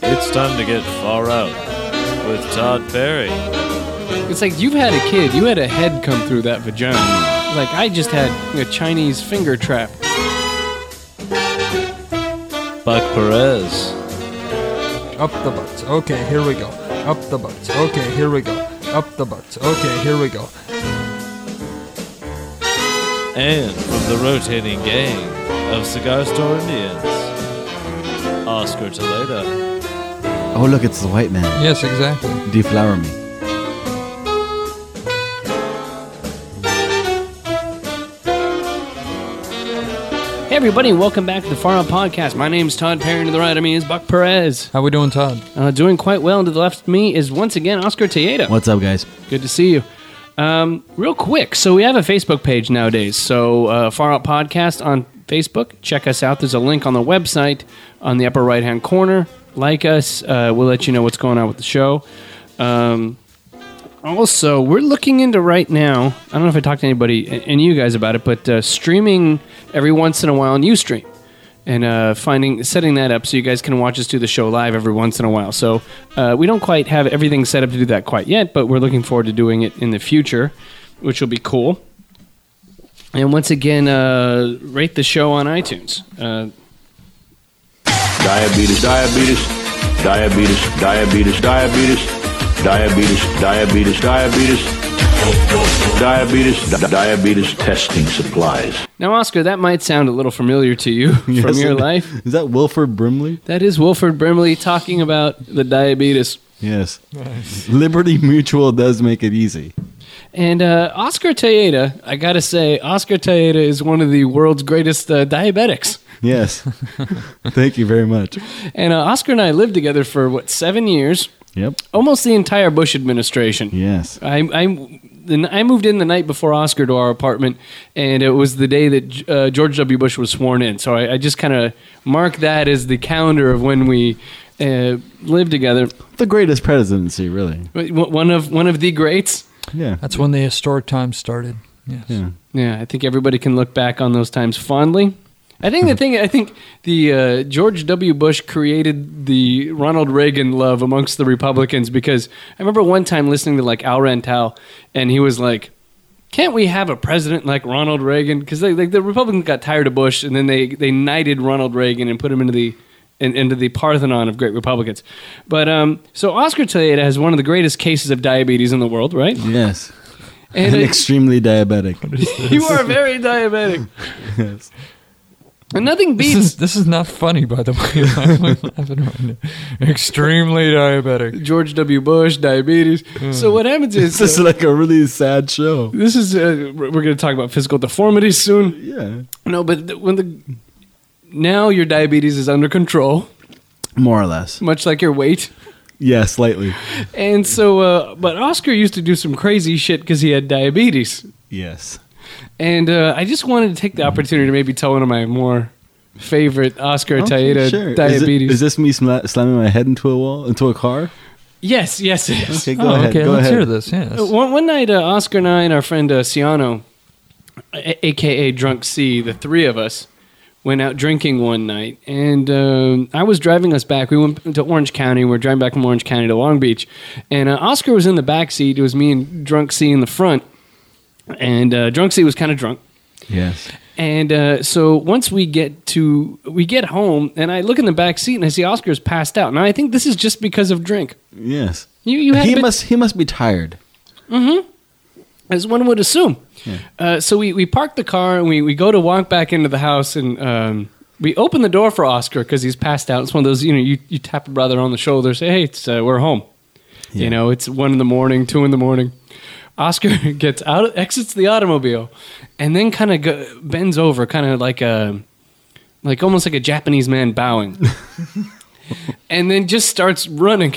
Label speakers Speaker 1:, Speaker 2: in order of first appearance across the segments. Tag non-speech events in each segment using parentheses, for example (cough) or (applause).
Speaker 1: to get far out with Todd Perry.
Speaker 2: It's like you've had a kid, you had a head come through that vagina. Like I just had a Chinese finger trap.
Speaker 1: Buck Perez.
Speaker 3: Up the butts. Okay, here we go. Up the butts. Okay, here we go. Up the butts. Okay, here we go.
Speaker 1: And from the rotating gang of Cigar Store Indians, Oscar Toledo.
Speaker 4: Oh, look, it's the white man.
Speaker 3: Yes, exactly.
Speaker 4: Deflower me.
Speaker 2: Hey everybody, welcome back to the Far Out Podcast. My name's Todd Perry, and to the right of me is Buck Perez.
Speaker 3: How we doing, Todd?
Speaker 2: Uh, doing quite well, and to the left of me is once again Oscar Tejeda.
Speaker 4: What's up, guys?
Speaker 2: Good to see you. Um, real quick, so we have a Facebook page nowadays. So uh, Far Out Podcast on Facebook. Check us out. There's a link on the website on the upper right hand corner. Like us. Uh, we'll let you know what's going on with the show. Um, also, we're looking into right now. I don't know if I talked to anybody a- any of you guys about it, but uh, streaming every once in a while on UStream and uh, finding setting that up so you guys can watch us do the show live every once in a while. So uh, we don't quite have everything set up to do that quite yet, but we're looking forward to doing it in the future, which will be cool. And once again, uh, rate the show on iTunes. Uh,
Speaker 5: diabetes, diabetes, diabetes, diabetes, diabetes, diabetes, diabetes, diabetes, diabetes, di- diabetes testing supplies.
Speaker 2: now, Oscar, that might sound a little familiar to you from
Speaker 4: Yes,
Speaker 2: your
Speaker 4: it-
Speaker 2: life.
Speaker 4: (laughs) Is that Wilford Brimley?
Speaker 2: That is Wilford Brimley talking about the diabetes.
Speaker 4: Yes. Liberty Mutual does make it easy.
Speaker 2: And uh, Oscar Tejeda, I gotta say, Oscar Tejeda is one of the world's greatest uh, diabetics.
Speaker 3: (laughs)
Speaker 4: Yes. Thank you very much.
Speaker 2: And uh, Oscar and I lived together for what seven years,
Speaker 4: Yep.
Speaker 2: almost the entire Bush administration.
Speaker 4: Yes.
Speaker 2: I, I, the n- I moved in the night before Oscar to our apartment, and it was the day that J- uh, George W. Bush was sworn in. So I, I just kind of mark that as the calendar of when we uh, lived together.
Speaker 4: The greatest presidency, really.
Speaker 2: W- One of one of the greats.
Speaker 4: Yeah.
Speaker 3: That's when the historic times started. Yes.
Speaker 4: Yeah.
Speaker 2: Yeah, I think everybody can look back on those times fondly. I think the thing I think the uh, George W. Bush created the Ronald Reagan love amongst the Republicans because I remember one time listening to like Al Rantel and he was like, "Can't we have a president like Ronald Reagan?" Because they, like the Republicans got tired of Bush and then they they knighted Ronald Reagan and put him into the in, into the Parthenon of great Republicans. But um, so Oscar Tejeda has one of the greatest cases of diabetes in the world, right?
Speaker 4: Yes.
Speaker 2: And
Speaker 4: And
Speaker 2: it-
Speaker 3: (laughs)
Speaker 4: extremely diabetic.
Speaker 2: you are very diabetic. And nothing
Speaker 3: This
Speaker 2: beats
Speaker 3: is this is not funny, by the way. (laughs) Why am I laughing right now? Extremely diabetic.
Speaker 2: George W. Bush diabetes.
Speaker 4: Hmm.
Speaker 2: So what happens is
Speaker 4: It's just
Speaker 2: uh,
Speaker 4: like a really sad show.
Speaker 2: this is uh, we're going to talk about physical deformities soon.
Speaker 4: Yeah.
Speaker 2: No, but th- when the now your diabetes is under control,
Speaker 4: More or less.
Speaker 2: much like your weight.
Speaker 4: Yeah, slightly.
Speaker 2: And so, uh, but Oscar used to do some crazy shit because he had diabetes.
Speaker 4: Yes.
Speaker 2: And uh, I just wanted to take the opportunity to maybe tell one of my more favorite Oscar
Speaker 4: Okay,
Speaker 2: Taeda
Speaker 4: sure. Is it-
Speaker 2: diabetes.
Speaker 4: Is, this me sla- slamming my head into a wall, into a car?
Speaker 2: yes, yes, yes.
Speaker 4: Okay, go
Speaker 3: Oh,
Speaker 4: ahead.
Speaker 3: okay,
Speaker 4: go
Speaker 3: let's
Speaker 4: ahead.
Speaker 3: hear this. Yes.
Speaker 2: Uh, One, one night, uh, Oscar and I and our friend uh, Ciano, a- aka Drunk C, the three of us, went out drinking one night, and um, I was driving us back. We went to Orange County. We were driving back from Orange County to Long Beach, and uh, Oscar was in the back seat. It was me and Drunk C in the front, and uh, Drunk C was kind of drunk.
Speaker 4: Yes.
Speaker 2: And uh, so once we get to we get home, and I look in the back seat and I see Oscar's passed out. Now I think this is just because of drink.
Speaker 4: Yes.
Speaker 2: You you had a
Speaker 4: He
Speaker 2: bit-
Speaker 4: must he must be tired.
Speaker 2: as one would assume. Uh, so we, we park the car and we, we go to walk back into the house and um, we open the door for Oscar because he's passed out. It's one of those you know you, you tap a brother on the shoulder say hey it's uh, we're home. You
Speaker 4: Yeah.
Speaker 2: know it's one in the morning, two in the morning. Oscar (laughs) gets out, exits the automobile, and then kind of go, bends over, kind of like a like almost like a Japanese man bowing, and then just starts running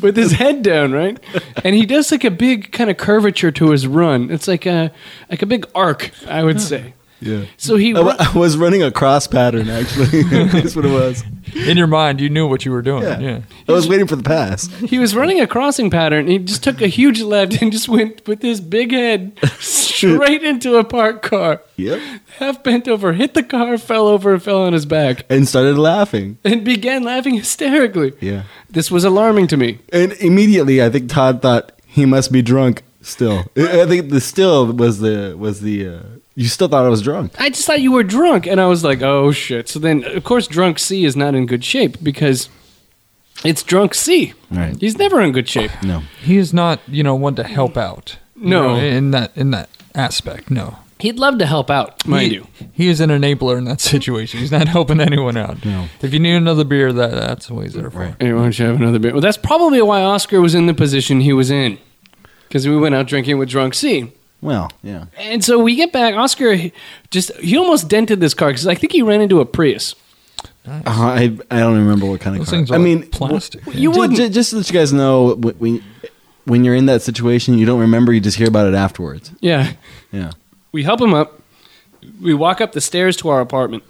Speaker 2: with his head down, right? And he does like a big kind of curvature to his run. It's like a like a big arc, I would say.
Speaker 4: Yeah.
Speaker 2: So he
Speaker 4: I wa- I was running a cross pattern actually. (laughs) That's what it was.
Speaker 3: In your mind, you knew what you were doing.
Speaker 4: Yeah.
Speaker 3: Yeah.
Speaker 4: I was waiting for the
Speaker 2: (laughs)
Speaker 4: pass. (laughs)
Speaker 2: he was running a crossing pattern. And he just took a huge left and just went with his big head straight into a parked car.
Speaker 4: Yep.
Speaker 2: Half bent over, hit the car, fell over, and fell on his back,
Speaker 4: And started laughing.
Speaker 2: and began laughing hysterically.
Speaker 4: Yeah.
Speaker 2: This was alarming to me.
Speaker 4: And immediately, I think Todd thought he must be drunk. Still, I I think the still was the was the. Uh, you still thought I was drunk.
Speaker 2: I just thought you were drunk, and I was like, oh shit. So then, of course, drunk C is not in good shape because it's drunk C.
Speaker 4: Right.
Speaker 2: He's never in good shape.
Speaker 4: No.
Speaker 3: He is not, you know, one to help out. you
Speaker 2: No.
Speaker 3: know, in that in that aspect, no.
Speaker 2: He'd love to help out, mind
Speaker 3: he,
Speaker 2: you.
Speaker 3: He is an enabler in that (laughs) situation. He's not helping anyone out.
Speaker 4: No.
Speaker 3: If you need another beer, that that's what he's there for.
Speaker 4: Right.
Speaker 2: Hey, why don't you have another beer? Well, that's probably why Oscar was in the position he was in because we went out drinking with drunk C.
Speaker 4: Well. Yeah.
Speaker 2: And so we get back. Oscar he- just he almost dented this car because I think he ran into a Prius.
Speaker 4: Uh, I I don't remember what kind of.
Speaker 3: Those
Speaker 4: car.
Speaker 3: things are
Speaker 4: I mean,
Speaker 3: like plastic.
Speaker 2: You
Speaker 4: ju-
Speaker 2: wouldn't.
Speaker 4: ju- just to let you guys know wh- when when you're in that situation, you don't remember. You just hear about it afterwards.
Speaker 2: Yeah.
Speaker 4: Yeah.
Speaker 2: We help him up. We walk up the stairs to our apartment.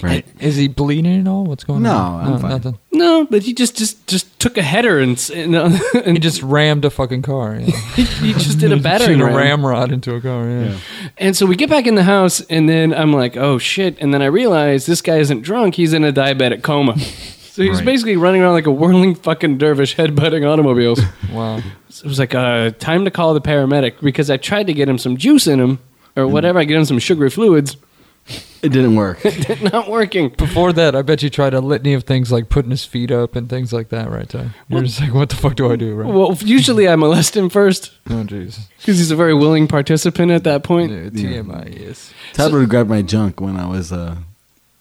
Speaker 4: Right.
Speaker 3: Is he bleeding at all? What's going
Speaker 4: No,
Speaker 3: on?
Speaker 4: I'm fine.
Speaker 3: nothing.
Speaker 2: No, but he just just just took a header and s- and, uh, (laughs)
Speaker 3: He
Speaker 2: and
Speaker 3: just rammed a fucking car. Yeah.
Speaker 2: he, he
Speaker 3: (laughs)
Speaker 2: just (laughs) did a battering
Speaker 3: Shoot a
Speaker 2: ram.
Speaker 3: ramrod into a car. Yeah.
Speaker 2: And so we get back in the house, and then I'm like, oh shit! And then I realize this guy isn't drunk; he's in a diabetic
Speaker 4: (laughs)
Speaker 2: coma. So he was
Speaker 4: Right.
Speaker 2: basically running around like a whirling fucking dervish, headbutting
Speaker 4: (laughs)
Speaker 2: automobiles.
Speaker 3: Wow.
Speaker 2: So it was like, uh, time to call the paramedic because I tried to get him some juice in him or
Speaker 4: Mm.
Speaker 2: whatever. I get him some sugary fluids. (laughs)
Speaker 4: It didn't work. (laughs)
Speaker 2: Not working.
Speaker 3: Before that, I bet you tried a litany of things like putting his feet up and things like that, right? Ty? You're just like, what the fuck do I do, right?
Speaker 2: Well, usually I molest him first
Speaker 3: Oh, jeez.
Speaker 2: because he's a very willing participant at that point.
Speaker 3: Yeah, TMI, yes.
Speaker 4: Todd would grab my junk when I was. uh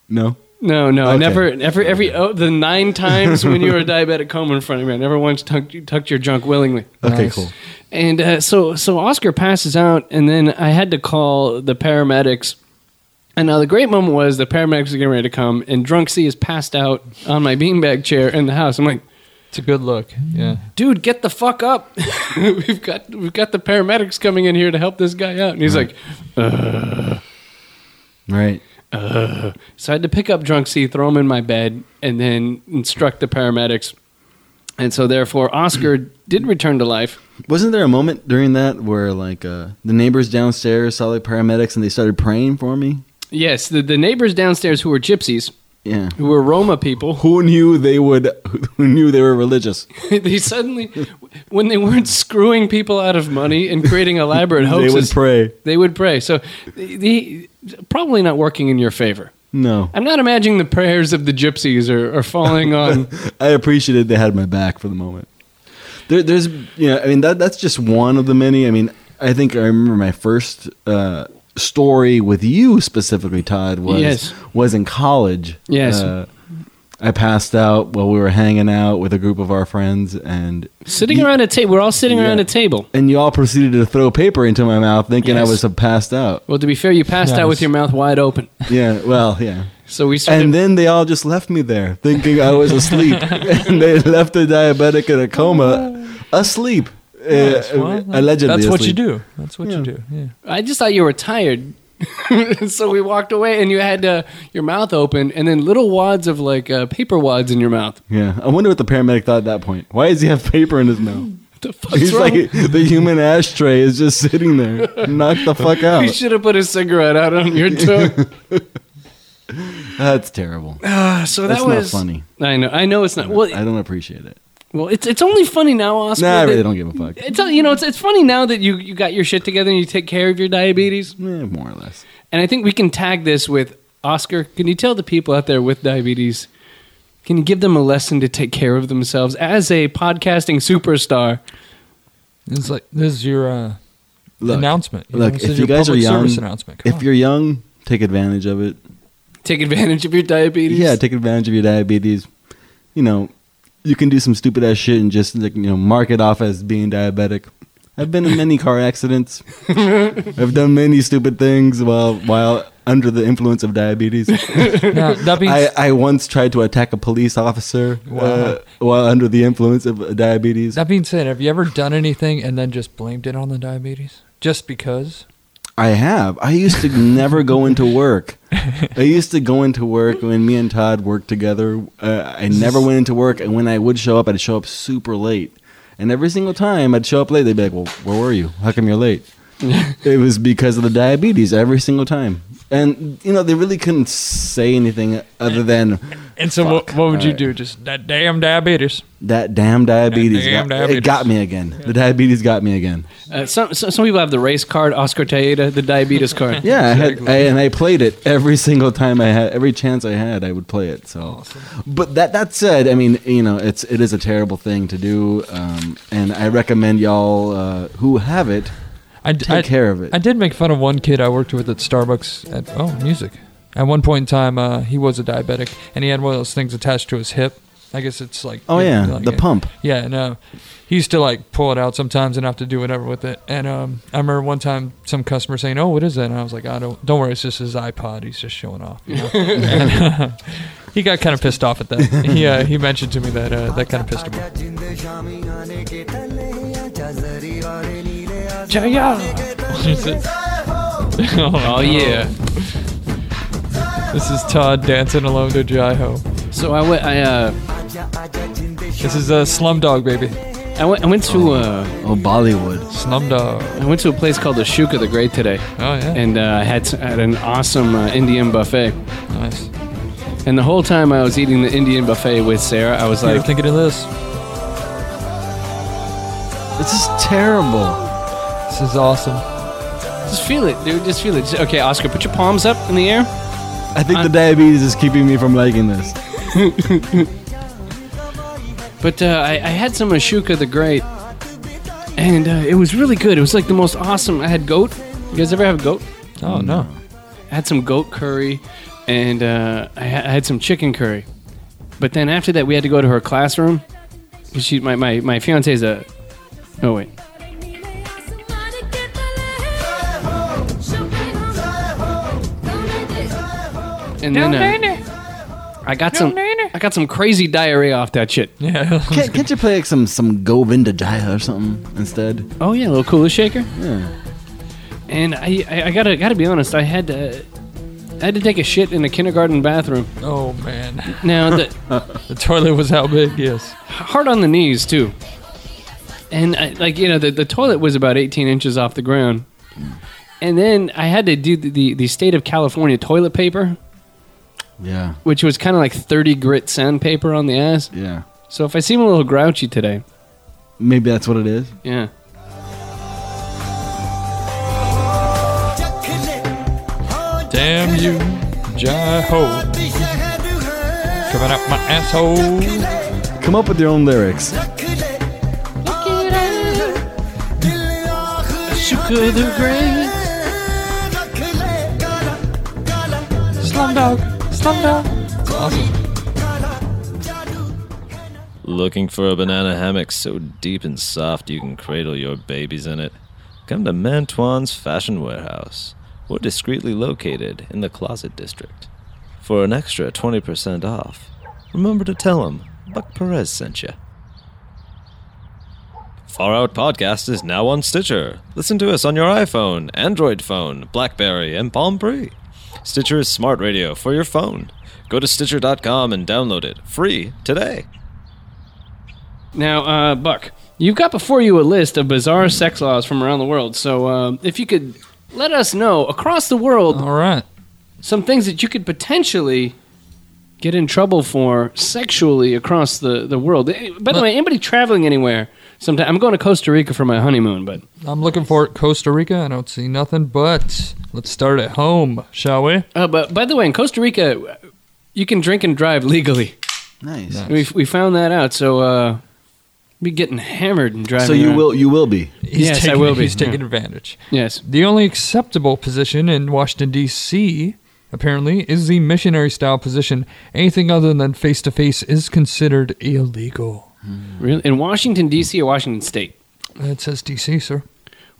Speaker 4: No.
Speaker 2: No, no, I
Speaker 4: Okay.
Speaker 2: never. Every every oh, the
Speaker 4: (laughs)
Speaker 2: nine times when you were a diabetic coma in front of me, I never once tucked, tucked your junk willingly.
Speaker 4: Okay.
Speaker 3: Nice.
Speaker 4: Cool.
Speaker 2: And uh, so so Oscar passes out, and then I had to call the paramedics. And now the great moment was the paramedics are getting ready to come, and Drunk C is passed out on my beanbag chair in the house. I'm like,
Speaker 3: It's a good look. Yeah.
Speaker 2: dude, get the fuck up! (laughs) we've got we've got the paramedics coming in here to help this guy out, and he's like,
Speaker 4: Right.
Speaker 2: So I had to pick up drunk C, throw him in my bed, and then instruct the paramedics. And so, therefore, Oscar did return to life.
Speaker 4: Wasn't there a moment during that where like uh, the neighbors downstairs saw the paramedics and they started praying for me?
Speaker 2: Yes, the, the neighbors downstairs who were gypsies,
Speaker 4: Yeah.
Speaker 2: who were Roma people,
Speaker 4: Who knew they would? (laughs) Who knew they were religious?
Speaker 2: (laughs) they suddenly, when they weren't screwing people out of money and creating elaborate
Speaker 4: (laughs) they
Speaker 2: hoaxes,
Speaker 4: would pray.
Speaker 2: they would pray. So, the, the, probably not working in your favor.
Speaker 4: No,
Speaker 2: I'm not imagining the prayers of the gypsies are, are falling
Speaker 4: (laughs)
Speaker 2: on.
Speaker 4: I appreciated they had my back for the moment. There, there's, you know, I mean that that's just one of the many. I mean, I think I remember my first uh, story with you specifically, Todd, was
Speaker 2: Yes.
Speaker 4: was in college.
Speaker 2: Yes.
Speaker 4: Uh, I passed out while we were hanging out with a group of our friends, and
Speaker 2: sitting
Speaker 4: you-
Speaker 2: around a table, we're all sitting around
Speaker 4: Yeah.
Speaker 2: a table.
Speaker 4: and you all proceeded to throw paper into my mouth, thinking
Speaker 2: Yes.
Speaker 4: I was uh, passed out.
Speaker 2: Well, to be fair, you passed out with
Speaker 3: Yes.
Speaker 2: your mouth wide open. (laughs)
Speaker 4: Yeah, well, yeah.
Speaker 2: So we started
Speaker 4: And then they all just left me there, thinking I
Speaker 3: (laughs)
Speaker 4: was asleep, and they left the diabetic in a coma, asleep. Uh,
Speaker 3: Well,
Speaker 4: allegedly,
Speaker 3: That's Oh. what you
Speaker 4: asleep.
Speaker 3: do. That's what
Speaker 4: Yeah.
Speaker 3: you do. Yeah.
Speaker 2: I just thought you were tired. (laughs) so we walked away and you had uh, your mouth open and then little wads of like uh, paper wads in your mouth.
Speaker 4: Yeah, I wonder what the paramedic thought at that point. Why does he have paper in
Speaker 3: (laughs)
Speaker 4: his mouth?
Speaker 2: What the fuck's
Speaker 4: He's
Speaker 2: wrong?
Speaker 4: like the human ashtray is just sitting there. Knock the
Speaker 3: (laughs)
Speaker 4: fuck
Speaker 2: you
Speaker 4: out.
Speaker 2: should have put a cigarette out on
Speaker 4: (laughs)
Speaker 2: your tongue.
Speaker 4: That's terrible.
Speaker 2: Ah, so that
Speaker 4: That's not
Speaker 2: was
Speaker 4: funny.
Speaker 2: I know. I know it's not. Well,
Speaker 4: I don't appreciate it.
Speaker 2: well, it's it's only funny now, Oscar.
Speaker 4: Nah, I
Speaker 2: that-
Speaker 4: really don't give
Speaker 3: (laughs)
Speaker 4: a fuck. Eh,
Speaker 2: It's you know it's it's funny now that you you got your shit together and you take care of your diabetes.
Speaker 4: Eh, more or less.
Speaker 2: And I think we can tag this with Oscar. Can you tell the people out there with diabetes? Can you give them a lesson to take care of themselves as a podcasting superstar?
Speaker 3: It's like, this is your uh,
Speaker 4: Look,
Speaker 3: announcement. You
Speaker 4: look,
Speaker 3: know, this
Speaker 4: if
Speaker 3: is
Speaker 4: you
Speaker 3: your
Speaker 4: guys are
Speaker 3: public
Speaker 4: young,
Speaker 3: service announcement. Come
Speaker 4: if
Speaker 3: on.
Speaker 4: you're young, take advantage of it.
Speaker 2: Take advantage of your diabetes.
Speaker 4: Yeah, take advantage of your diabetes. You know, you can do some stupid ass shit and just like, you know mark it off as being diabetic. I've been in many car accidents. I've done many stupid things while while under the influence of diabetes.
Speaker 3: now,
Speaker 4: (laughs)
Speaker 3: that being
Speaker 4: I, I once tried to attack a police officer uh, while under the influence of diabetes.
Speaker 3: That being said, have you ever done anything and then just blamed it on the diabetes? Just because?
Speaker 4: I have. I used
Speaker 6: (laughs)
Speaker 4: to never go into work. I used to go into work when me and Todd worked together. Uh, I never went into work, and when I would show up, I'd show up super late. And every single time I'd show up late, they'd be like, "Well, where were you? How come you're
Speaker 6: (laughs)
Speaker 4: late?" it was because of the diabetes every single time. And you know, they really couldn't say anything other than
Speaker 6: And so, what, what would you do? Just that damn diabetes.
Speaker 4: that damn diabetes.
Speaker 6: That damn
Speaker 4: got,
Speaker 6: diabetes.
Speaker 4: It got me again. The diabetes got me again.
Speaker 2: Uh, some, some some people have the race card, Oscar Taeda, the diabetes
Speaker 4: (laughs)
Speaker 2: card.
Speaker 4: Yeah, I had, I, and I played it every single time I had every chance I had. I would play it. So, but that that said, I mean, you know, it's it is a terrible thing to do, um, and I recommend y'all uh, who have it.
Speaker 6: I, d-
Speaker 4: Take
Speaker 6: I-
Speaker 4: care of it.
Speaker 6: I did make fun of one kid I worked with at Starbucks at oh music. At one point in time, uh, he was a diabetic and he had one of those things attached to his hip. I guess it's like
Speaker 4: Oh yeah,
Speaker 6: like
Speaker 4: the
Speaker 6: a-
Speaker 4: pump.
Speaker 6: Yeah, no. He used to like pull it out sometimes and have to do whatever with it. And um, I remember one time some customer saying, "Oh, what is that?" And I was like, "I don't. Don't worry, it's just his iPod. He's just showing off." You know?
Speaker 2: (laughs)
Speaker 6: and, uh, he got kind of pissed off at that. He uh, he mentioned to me that uh, that kind of pissed him off.
Speaker 2: Jaya! (laughs) Oh yeah.
Speaker 6: This is Todd dancing alone to Jai Ho.
Speaker 2: So I went. I uh,
Speaker 6: This is a uh, Slumdog Baby.
Speaker 2: I went. I went to uh,
Speaker 4: Oh, Bollywood.
Speaker 6: Slumdog.
Speaker 2: I went to a place called the Shuka the Great today,
Speaker 6: Oh yeah.
Speaker 2: and uh, I had I had an awesome uh, Indian buffet.
Speaker 6: nice.
Speaker 2: And the whole time I was eating the Indian buffet with Sarah, I was
Speaker 6: You're
Speaker 2: like,
Speaker 6: thinking of this.
Speaker 4: This is terrible.
Speaker 6: This is awesome.
Speaker 2: just feel it, dude. Just feel it. Just- okay, Oscar, put your palms up in the air.
Speaker 4: I think the diabetes is keeping me from liking this.
Speaker 2: But uh, I, I had some Ashoka the Great, and uh, it was really good. It was like the most awesome. I had goat. You guys ever have goat?
Speaker 6: Oh no.
Speaker 2: I had some goat curry, and uh, I, ha- I had some chicken curry. But then after that, we had to go to her classroom. 'Cause She, my, my, my fiance's a. Oh wait, and then uh, I got some. I got some crazy diarrhea off that shit.
Speaker 6: (laughs) Yeah.
Speaker 4: Can't, can't you play like some some Govinda Jaya or something instead?
Speaker 2: Oh yeah, a little cooler shaker.
Speaker 4: Yeah.
Speaker 2: And I, I, I gotta gotta be honest. I had to. I had to take a shit in a kindergarten bathroom.
Speaker 6: oh man.
Speaker 2: Now (laughs) the.
Speaker 6: The toilet was how big? Yes.
Speaker 2: hard on the knees too. And I, like you know, the, the toilet was about 18 inches off the ground. And then I had to do the, the, the state of California toilet paper,
Speaker 4: Yeah.
Speaker 2: which was kind of like 30 grit sandpaper on the ass.
Speaker 4: Yeah.
Speaker 2: So if I seem a little grouchy today,
Speaker 4: Maybe that's what it is.
Speaker 2: yeah.
Speaker 6: Damn you, Jai Ho. Coming out my asshole.
Speaker 4: Come up with your own lyrics.
Speaker 6: Slumdog. Slumdog. It's awesome.
Speaker 1: Looking for a banana hammock so deep and soft you can cradle your babies in it? Come to Mantuan's Fashion Warehouse. We're discreetly located in the Closet District. For an extra 20% off, remember to tell him Buck Perez sent you. Far Out Podcast is now on Stitcher. Listen to us on your iPhone, Android phone, Blackberry, and Palm Pre. Stitcher is smart radio for your phone. Go to Stitcher.com and download it free today.
Speaker 2: Now, uh, Buck, you've got before you a list of bizarre sex laws from around the world. So um, if you could let us know across the world
Speaker 6: All right.
Speaker 2: some things that you could potentially get in trouble for sexually across the, the world. Eh, By the way, anybody traveling anywhere, sometime I'm going to Costa Rica for my honeymoon, but
Speaker 6: I'm looking for it, Costa Rica. I don't see nothing, but let's start at home, shall we?
Speaker 2: uh, but by the way, in Costa Rica, you can drink and drive legally.
Speaker 4: Nice.
Speaker 2: We, we found that out, so uh, be getting hammered and driving.
Speaker 4: So you
Speaker 2: around.
Speaker 4: will you will be.
Speaker 6: He's
Speaker 2: Yes, I
Speaker 6: taking,
Speaker 2: will be.
Speaker 6: He's taking advantage.
Speaker 2: Yes.
Speaker 6: The only acceptable position in Washington, D.C., apparently, is the missionary style position. Anything other than face to face is considered illegal.
Speaker 2: Really? In Washington D.C. or Washington State?
Speaker 6: It says D.C., sir.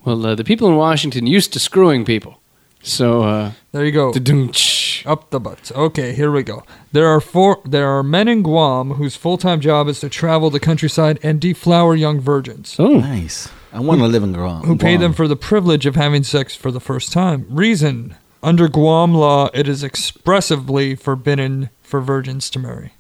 Speaker 2: Well, uh, the people in Washington used to screwing people, so. Uh,
Speaker 6: There you go.
Speaker 2: da-dum-tsh.
Speaker 6: Up the butts. Okay, here we go. There are four. There are men in Guam whose full-time job is to travel the countryside and deflower young virgins.
Speaker 2: Oh,
Speaker 4: Nice. I want to live in Guam.
Speaker 6: who paid them
Speaker 4: Guam.
Speaker 6: for the privilege of having sex for the first time. Reason under Guam law, it is expressively forbidden for virgins to marry.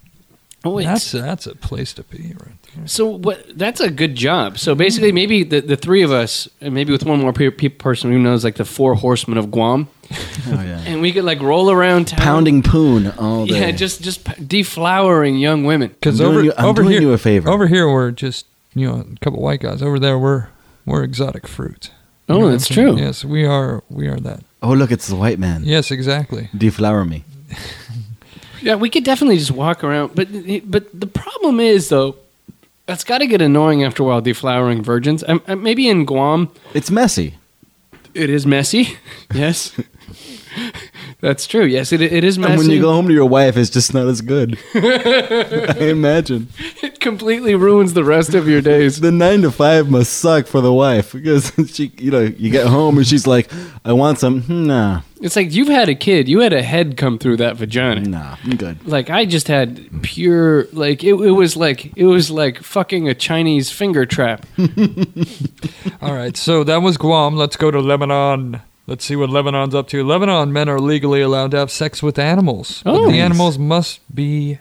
Speaker 2: Oh, wait.
Speaker 6: That's that's a place to be right there.
Speaker 2: so what? That's a good job. So basically, maybe the, the three of us, and maybe with one more pe- pe- person who knows, like the four horsemen of Guam,
Speaker 4: oh, yeah.
Speaker 2: and we could like roll around town,
Speaker 4: pounding poon all day.
Speaker 2: yeah, just just p- deflowering young women.
Speaker 6: Because
Speaker 4: I'm doing
Speaker 6: over,
Speaker 4: you- I'm
Speaker 6: over
Speaker 4: doing
Speaker 6: here,
Speaker 4: you a favor.
Speaker 6: Over here, we're just you know a couple white guys. Over there, we're we're exotic fruit. You
Speaker 2: Oh,
Speaker 6: know what
Speaker 2: that's
Speaker 6: I'm saying?
Speaker 2: true.
Speaker 6: Yes, we are. We are that.
Speaker 4: oh look, it's the white man.
Speaker 6: Yes, exactly.
Speaker 4: Deflower me.
Speaker 2: Yeah, we could definitely just walk around, but but the problem is though, that's got to get annoying after a while. Deflowering virgins, I, I, maybe in Guam
Speaker 4: It's messy.
Speaker 2: it is messy. Yes, (laughs) that's true. Yes, it, it is messy.
Speaker 4: And when you go home to your wife, it's just not as good. I imagine
Speaker 2: (laughs) it completely ruins the rest of your days.
Speaker 4: the nine to five must suck for the wife because (laughs) she, you know, you get home and she's like, "I want some." Hmm, Nah,
Speaker 2: It's like you've had a kid, you had a head come through that vagina.
Speaker 4: nah, I'm good.
Speaker 2: Like I just had pure like it, it was like it was like fucking a Chinese finger trap.
Speaker 6: All right, so that was Guam. Let's go to Lebanon. Let's see what Lebanon's up to. Lebanon men are legally allowed to have sex with animals. but
Speaker 2: Oh.
Speaker 6: the
Speaker 2: Nice.
Speaker 6: animals must be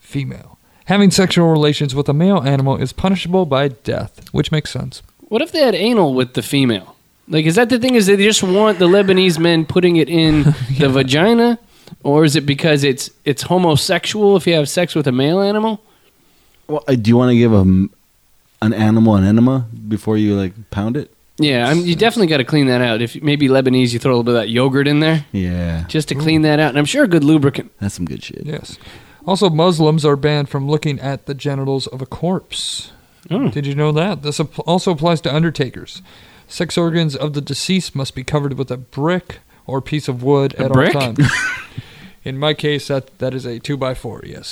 Speaker 6: female. Having sexual relations with a male animal is punishable by death, which makes sense.
Speaker 2: What if they had anal with the female? Like, is that the thing? Is they just want the Lebanese men putting it in
Speaker 4: (laughs)
Speaker 2: the vagina, or is it because it's it's homosexual if you have sex with a male animal?
Speaker 4: Well, uh, do you want to give a m- an animal an enema before you like pound it?
Speaker 2: Yeah, I'm, you definitely got to clean that out. If maybe Lebanese, you throw a little bit of that yogurt in there
Speaker 4: Yeah,
Speaker 2: just to clean that out, and I'm sure a good lubricant.
Speaker 4: that's some good shit.
Speaker 6: Yes. Also, Muslims are banned from looking at the genitals of a corpse.
Speaker 2: Oh.
Speaker 6: Did you know that? This app- also applies to undertakers. Sex organs of the deceased must be covered with a brick or piece of wood
Speaker 2: A
Speaker 6: at
Speaker 2: brick?
Speaker 6: all
Speaker 2: (laughs)
Speaker 6: times. In my case, that, that is a two by four. Yes,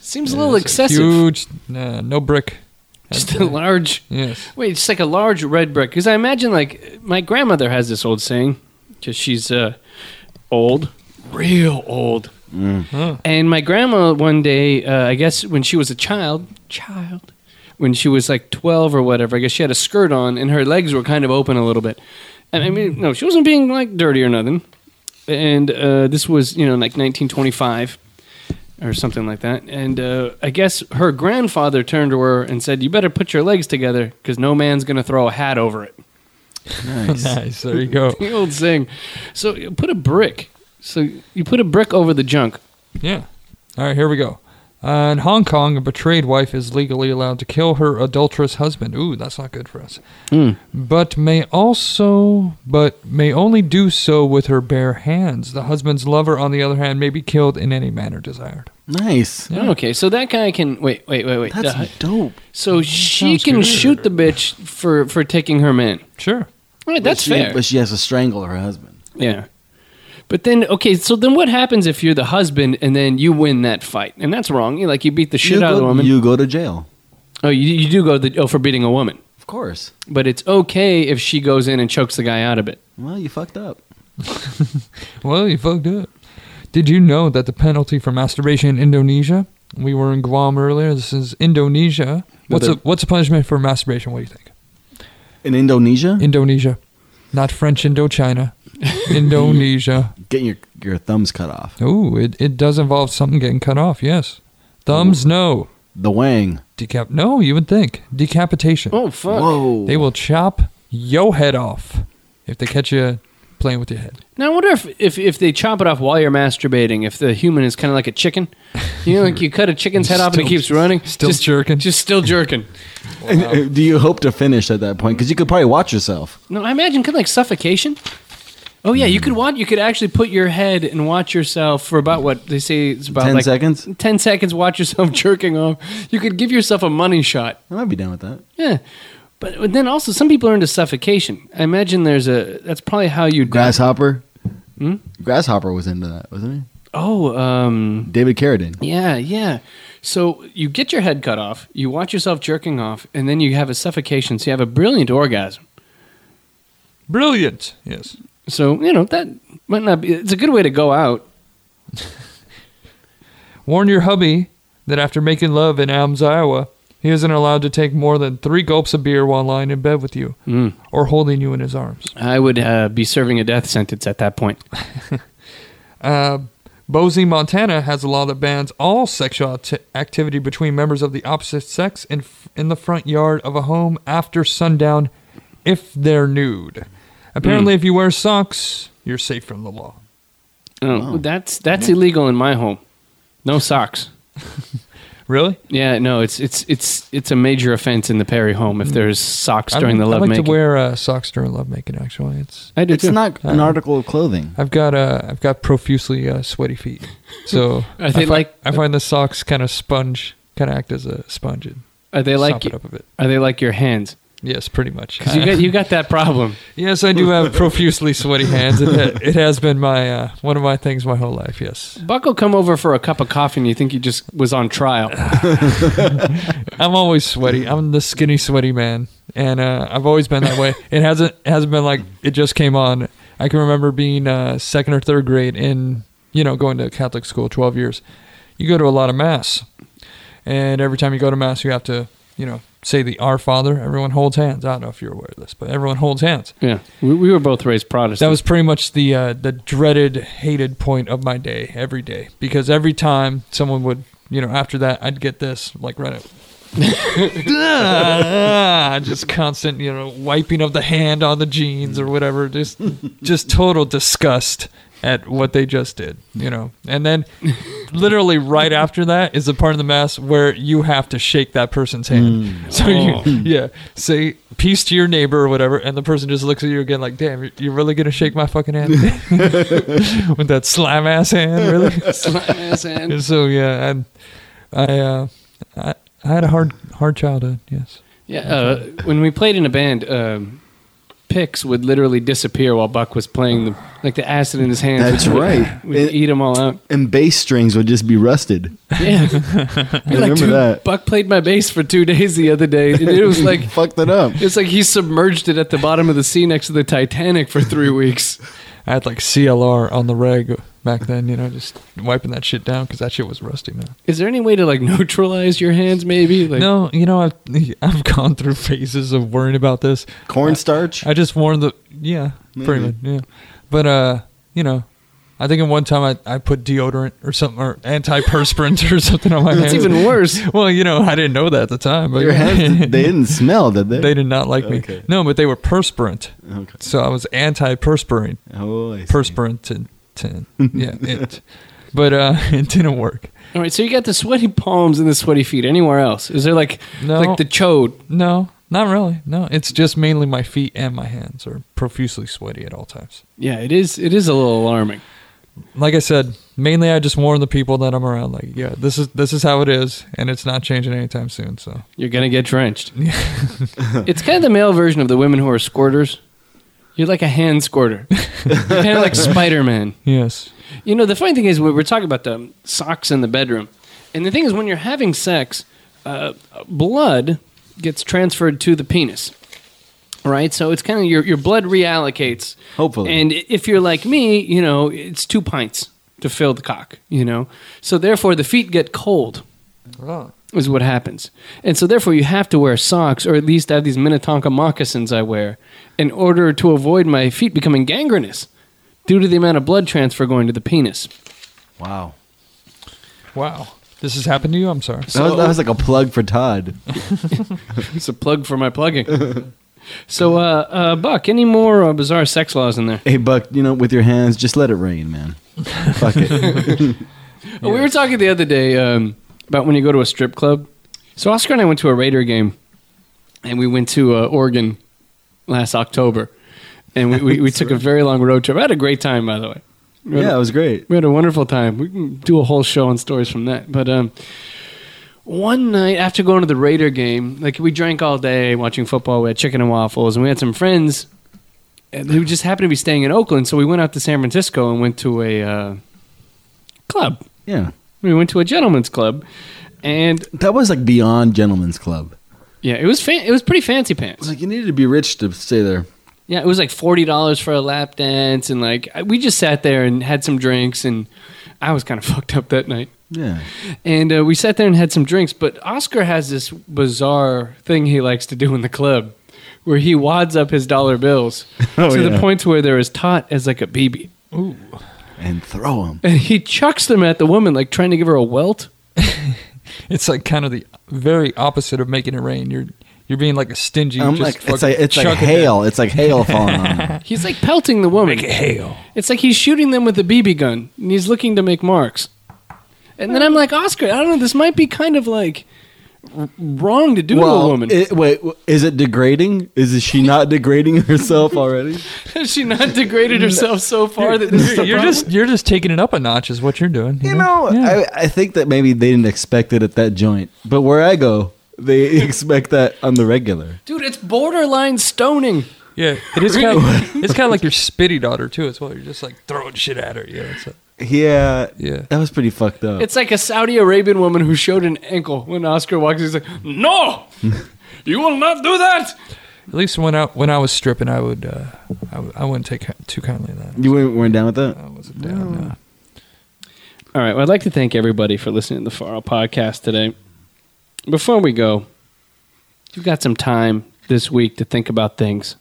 Speaker 2: Seems a little
Speaker 6: Yes,
Speaker 2: excessive.
Speaker 6: Huge, nah, no brick.
Speaker 2: (laughs) Just a large.
Speaker 6: Yes,
Speaker 2: Wait, just like a large red brick. Because I imagine, like, my grandmother has this old saying, because she's uh, old, real old. And my grandma, one day, uh, I guess when she was a child, child, when she was like 12 or whatever, I guess she had a skirt on and her legs were kind of open a little bit. And I mean, no, she wasn't being like dirty or nothing. And uh, this was, you know, like 1925 or something like that. And uh, I guess her grandfather turned to her and said, "You better put your legs together because no man's gonna throw a hat over it." (laughs)
Speaker 6: (laughs) nice. There you go.
Speaker 2: The old saying. So you put a brick. So you put a brick over the junk.
Speaker 6: Yeah. All right, here we go. Uh, in Hong Kong, a betrayed wife is legally allowed to kill her adulterous husband. Ooh, that's not good for us. But may also, but may only do so with her bare hands. The husband's lover, on the other hand, may be killed in any manner desired.
Speaker 4: Nice.
Speaker 2: Okay, so that guy can wait, wait, wait, wait.
Speaker 4: That's
Speaker 2: The-
Speaker 4: dope.
Speaker 2: so she
Speaker 6: sounds
Speaker 2: can
Speaker 6: good.
Speaker 2: shoot the bitch for for taking her man.
Speaker 6: Sure.
Speaker 2: All right, that's
Speaker 4: she,
Speaker 2: fair.
Speaker 4: But she has to strangle her husband.
Speaker 2: Yeah. But then, okay, so then what happens if you're the husband and then you win that fight? And that's wrong. You like you beat the shit
Speaker 4: you
Speaker 2: out
Speaker 4: go,
Speaker 2: of the woman.
Speaker 4: You go to jail.
Speaker 2: oh, you, you do go the, oh for beating a woman.
Speaker 4: Of course.
Speaker 2: but it's okay if she goes in and chokes the guy out of it.
Speaker 4: Well, you fucked up.
Speaker 6: Well, you fucked up. Did you know that the penalty for masturbation in Indonesia? We were in Guam earlier. This is Indonesia. What's a,
Speaker 4: they're-
Speaker 6: what's the punishment for masturbation? What do you think?
Speaker 4: In Indonesia,
Speaker 6: Indonesia, not French Indochina. Indonesia.
Speaker 4: getting your your thumbs cut off.
Speaker 6: Oh, it, it does involve something getting cut off, yes. Thumbs, no.
Speaker 4: The wang.
Speaker 6: Decap, no, you would think. Decapitation.
Speaker 2: Oh fuck!
Speaker 4: Whoa. (laughs)
Speaker 6: They will chop your head off if they catch you playing with your head.
Speaker 2: Now I wonder if, if if they chop it off while you're masturbating, if the human is kind of like a chicken, you know, like you cut a chicken's head off and it
Speaker 6: Still-
Speaker 2: keeps running,
Speaker 6: still
Speaker 2: just,
Speaker 6: jerking.
Speaker 2: just still jerking.
Speaker 4: uh, Do you hope to finish at that point? Because you could probably watch yourself.
Speaker 2: No, I imagine kind of like suffocation. Oh yeah, you could watch. You could actually put your head and watch yourself for about what they say it's about
Speaker 4: Ten
Speaker 2: like
Speaker 4: seconds.
Speaker 2: Ten seconds. Watch yourself (laughs) jerking off. You could give yourself a money shot.
Speaker 4: I might be down with that.
Speaker 2: Yeah. But then also, some people are into suffocation. I imagine there's a. That's probably how you die.
Speaker 4: Grasshopper.
Speaker 2: Hmm?
Speaker 4: Grasshopper was into that, wasn't
Speaker 2: Oh, um,
Speaker 4: he? David Carradine.
Speaker 2: Yeah, yeah. So you get your head cut off, you watch yourself jerking off, and then you have a suffocation. So you have a brilliant orgasm.
Speaker 6: Brilliant. Yes.
Speaker 2: So you know that might not be. It's a good way to go out.
Speaker 6: Warn your hubby that after making love in Adams, Iowa, He isn't allowed to take more than three gulps of beer while lying in bed with you or holding you in his arms.
Speaker 2: I would uh, be serving a death sentence at that point.
Speaker 6: Uh, Boise, Montana has a law that bans all sexual act- activity between members of the opposite sex in, f- in the front yard of a home after sundown if they're nude. Apparently,
Speaker 2: Hmm.
Speaker 6: if you wear socks, you're safe from the law.
Speaker 2: Oh, That's that's illegal in my home. No socks.
Speaker 6: Really?
Speaker 2: Yeah, no, it's it's it's it's a major offense in the Perry home if there's socks during the
Speaker 6: Hmm. I like
Speaker 2: lovemaking.
Speaker 6: to wear uh, socks during lovemaking. Actually, it's
Speaker 2: I do
Speaker 4: It's
Speaker 2: too.
Speaker 4: not an article of clothing.
Speaker 6: I've got uh, I've got profusely uh, sweaty feet, so
Speaker 2: (laughs) Are they
Speaker 6: I fi-
Speaker 2: like-
Speaker 6: I find the socks kind of sponge, kind of act as a sponge. And
Speaker 2: Are they
Speaker 6: sop
Speaker 2: like
Speaker 6: it up a bit.
Speaker 2: are they like your hands?
Speaker 6: Yes, pretty much.
Speaker 2: 'Cause
Speaker 6: (laughs)
Speaker 2: you got you got that problem.
Speaker 6: Yes, I do have profusely sweaty hands. It, it has been my uh, one of my things my whole life. Yes,
Speaker 2: Buck will come over for a cup of coffee, and you think he just was on
Speaker 6: (sighs)
Speaker 2: trial.
Speaker 6: I'm always sweaty. I'm the skinny sweaty man, and uh, I've always been that way. It hasn't it hasn't been like it just came on. I can remember being uh, second or third grade in you know going to Catholic school, twelve years. You go to a lot of mass, and every time you go to mass, you have to you know say the Our Father. Everyone holds hands. I don't know if you're aware of this, but everyone holds hands.
Speaker 2: Yeah, we, we were both raised Protestant.
Speaker 6: That was pretty much the uh, the dreaded, hated point of my day every day because every time someone would, you know, after that, I'd get this like right up. (laughs) Ah, just constant, you know, wiping of the hand on the jeans or whatever. Just, just total disgust at what they just did, you know. And then, literally right after that is the part of the mass where you have to shake that person's hand. (laughs) So you, yeah, say peace to your neighbor or whatever, and the person just looks at you again like, "Damn, you're- you're really gonna shake my fucking hand with that slime ass hand, really?"
Speaker 2: (laughs)
Speaker 6: (laughs) And so yeah, I, I, uh, I, I had a hard, hard childhood. Yes.
Speaker 2: yeah, uh, when we played in a band, um, picks would literally disappear while Buck was playing them. Like the acid in his hands. (laughs)
Speaker 4: That's
Speaker 2: would-
Speaker 4: right.
Speaker 2: We'd
Speaker 4: It-
Speaker 2: eat them all out.
Speaker 4: And bass strings would just be rusted.
Speaker 2: Yeah.
Speaker 4: I remember
Speaker 2: Dude,
Speaker 4: that.
Speaker 2: Buck played my bass for two days the other day. And (laughs) it
Speaker 4: (laughs)
Speaker 2: was like
Speaker 4: fucked it up.
Speaker 2: it's like he submerged it at the bottom of the sea next to the Titanic for three weeks.
Speaker 6: I had like CLR on the reg back then, you know, just wiping that shit down because that shit was rusty, man.
Speaker 2: Is there any way to like neutralize your hands? Maybe like
Speaker 6: No, you know, I've, (laughs) I've gone through phases of worrying about this.
Speaker 4: Cornstarch.
Speaker 6: I just warned the yeah, pretty much
Speaker 4: Maybe.
Speaker 6: yeah. But uh, you know, I think in one time I, I put deodorant or something or antiperspirant (laughs) or something on my
Speaker 2: that's
Speaker 6: hands.
Speaker 2: even worse.
Speaker 6: well, you know, I didn't know that at the time, but (laughs)
Speaker 4: Your
Speaker 2: (laughs)
Speaker 4: hands, they didn't smell, did they?
Speaker 6: they did not like me.
Speaker 4: Okay.
Speaker 6: No, but they were perspirant,
Speaker 4: Okay.
Speaker 6: so I was antiperspirant,
Speaker 4: Oh, I see.
Speaker 6: perspirant, and, and yeah, it. But uh, (laughs) it didn't work.
Speaker 2: All right, so you got the sweaty palms and the sweaty feet. Anywhere else? Is there like
Speaker 6: No.
Speaker 2: like the chode?
Speaker 6: No, not really. No, it's just mainly my feet and my hands are profusely sweaty at all times.
Speaker 2: Yeah, it is. It is a little alarming.
Speaker 6: like I said, mainly I just warn the people that I'm around. Like, yeah, this is this is how it is, and it's not changing anytime soon. So
Speaker 2: You're gonna get drenched. (laughs) it's kind of the male version of the women who are squirters. You're like a hand squirter. You're kind of like Spider Man.
Speaker 6: yes,
Speaker 2: You know, the funny thing is, we were talking about the socks in the bedroom. And the thing is, when you're having sex, uh, blood gets transferred to the penis. Right? So it's kind of your, your blood reallocates.
Speaker 4: Hopefully.
Speaker 2: And i- if you're like me, you know, it's two pints to fill the cock, you know? So therefore, the feet get cold. Is what happens. And so, therefore, you have to wear socks or at least have these Minnetonka moccasins I wear in order to avoid my feet becoming gangrenous due to the amount of blood transfer going to the penis.
Speaker 4: Wow.
Speaker 6: wow, this has happened to you. I'm sorry.
Speaker 4: that, was, that was like a plug for Todd.
Speaker 2: It's a plug for my plugging. so, uh, uh, Buck, any more uh, bizarre sex laws in there?
Speaker 4: Hey, Buck, you know, with your hands, just let it rain, man. Fuck it. (laughs)
Speaker 2: We were talking the other day um, about when you go to a strip club. So, Oscar and I went to a Raider game, and we went to uh, Oregon last October, and we, we, we took a very long road trip. I had a great time, by the way. We had a-
Speaker 4: Yeah, it was great.
Speaker 2: We had a wonderful time. We can do a whole show on stories from that. But um, one night after going to the Raider game, like we drank all day watching football. We had chicken and waffles, and we had some friends and who just happened to be staying in Oakland. So we went out to San Francisco and went to a uh, club.
Speaker 4: Yeah.
Speaker 2: We went to a gentleman's club, and
Speaker 4: That was like beyond gentlemen's club.
Speaker 2: yeah, it was fan- it was pretty fancy pants.
Speaker 4: It's like you needed to be rich to stay there.
Speaker 2: Yeah, it was like forty dollars for a lap dance, and like I- we just sat there and had some drinks, and I was kind of (laughs) fucked up that night.
Speaker 4: Yeah.
Speaker 2: and uh, we sat there and had some drinks. But Oscar has this bizarre thing he likes to do in the club, where he wads up his dollar bills
Speaker 4: Oh,
Speaker 2: to the
Speaker 4: yeah.
Speaker 2: point where they're as taut as like a BB,
Speaker 4: And throw them.
Speaker 2: and he chucks them at the woman, like trying to give her a welt.
Speaker 6: It's like kind of the very opposite of making it rain. You're you're being like a stingy.
Speaker 4: I'm
Speaker 6: just
Speaker 4: like, it's
Speaker 6: fucking
Speaker 4: like it's like
Speaker 6: chuck it
Speaker 4: hail. It's like
Speaker 2: (laughs)
Speaker 4: hail falling on 'em.
Speaker 2: He's like pelting the woman. It's like he's shooting them with a BB gun, and he's looking to make marks. And then I'm like, Oscar, I don't know. This might be kind of like r- wrong to do to a woman.
Speaker 4: it- wait, w- is it degrading? Is she not degrading herself already?
Speaker 2: (laughs) Has she not degraded herself so far that this is
Speaker 6: down.
Speaker 2: the
Speaker 6: You're
Speaker 2: problem?
Speaker 6: just you're just taking it up a notch, is what you're doing.
Speaker 4: You know, I, I think that maybe they didn't expect it at that joint, but where I go, they (laughs) expect that on the regular.
Speaker 2: dude, it's borderline stoning.
Speaker 6: yeah, it is
Speaker 4: (laughs)
Speaker 6: kind of it's kind of like your spitty daughter too, as well. You're just like throwing shit at her. Yeah, it's like,
Speaker 4: Yeah,
Speaker 6: Yeah.
Speaker 4: that was pretty fucked up.
Speaker 2: (laughs) It's like a Saudi Arabian woman who showed an ankle when Oscar walks. He's like, (laughs) "No, you will not do that."
Speaker 6: at least when I when I was stripping, I would uh, I, w- I wouldn't take too kindly to that.
Speaker 4: you weren't, weren't down with that.
Speaker 6: I wasn't down. no.
Speaker 2: All right. Well, I'd like to thank everybody for listening to the Far Out podcast today. Before we go, you've got some time this week to think about things,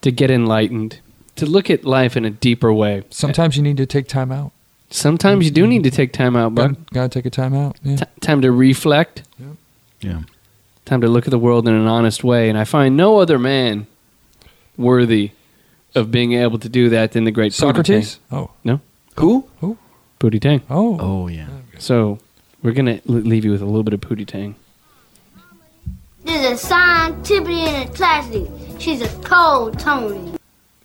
Speaker 2: to get enlightened, to look at life in a deeper way.
Speaker 6: Sometimes you need to take time out.
Speaker 2: Sometimes you do need to take time out, but
Speaker 6: Gotta, gotta take a time out. Yeah.
Speaker 2: t- time to reflect.
Speaker 4: Yeah,
Speaker 2: time to look at the world in an honest way and i find no other man worthy of being able to do that than the great
Speaker 6: Socrates. Oh.
Speaker 4: who?
Speaker 2: booty tang, booty
Speaker 6: Oh.
Speaker 4: Oh yeah,
Speaker 2: tang. so we're gonna l- leave you with a little bit of booty tang
Speaker 7: This is assigned Tiffany in a classic. She's a cold Tony.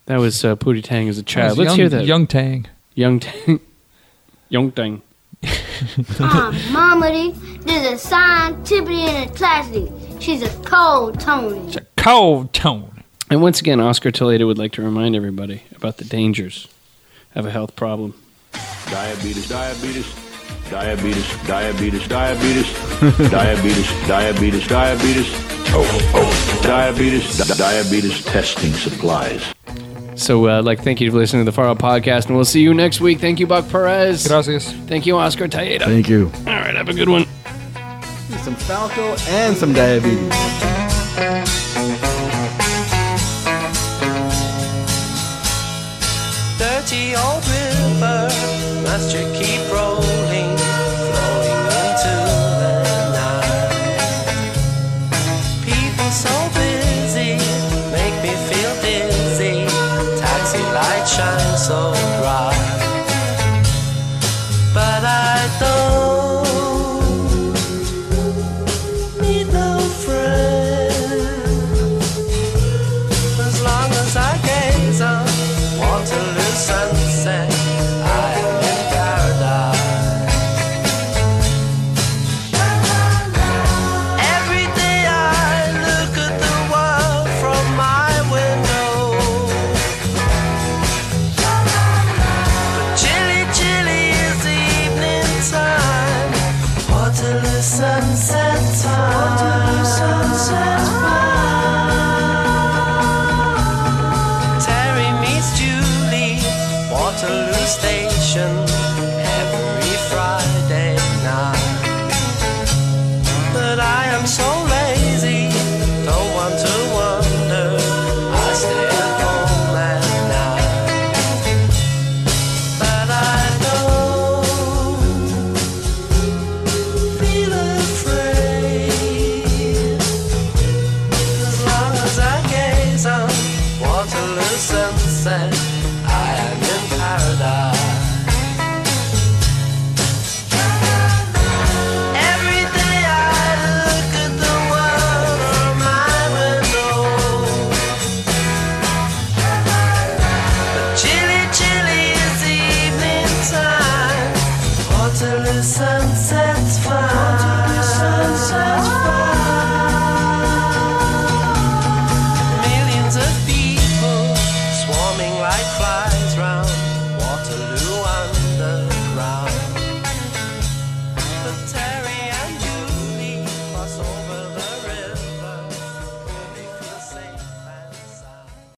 Speaker 2: that was uh, booty tang as a child
Speaker 6: It's
Speaker 2: let's
Speaker 6: young,
Speaker 2: hear that
Speaker 6: Young Tang.
Speaker 2: young tang (laughs) young tang
Speaker 7: I'm Momedy. Uh, This is assigned Tiffany in a classic. She's a cold Tony.
Speaker 6: It's a cold tone.
Speaker 2: and once again oscar toledo would like to remind everybody about the dangers of a health problem
Speaker 5: Diabetes, diabetes, diabetes, diabetes, diabetes, diabetes, diabetes, diabetes. Oh, oh, diabetes, di- diabetes testing supplies.
Speaker 2: so uh, I'd like thank you for listening to the far out podcast and we'll see you next week thank you buck perez
Speaker 6: Gracias.
Speaker 2: thank you oscar toledo all
Speaker 4: thank you.
Speaker 2: right have a good one
Speaker 4: Some Falco and some diabetes.
Speaker 8: dirty old river must you keep rolling flowing into the night people so busy make me feel dizzy taxi light shines so bright but i don't need no friend as long as I gaze on Waterloo sunset, I am in paradise. Every day I look at the world from my window. But chilly, chilly is the evening time. Waterloo sunset time. Waterloo sunset time. Terry meets Julie, Waterloo Station.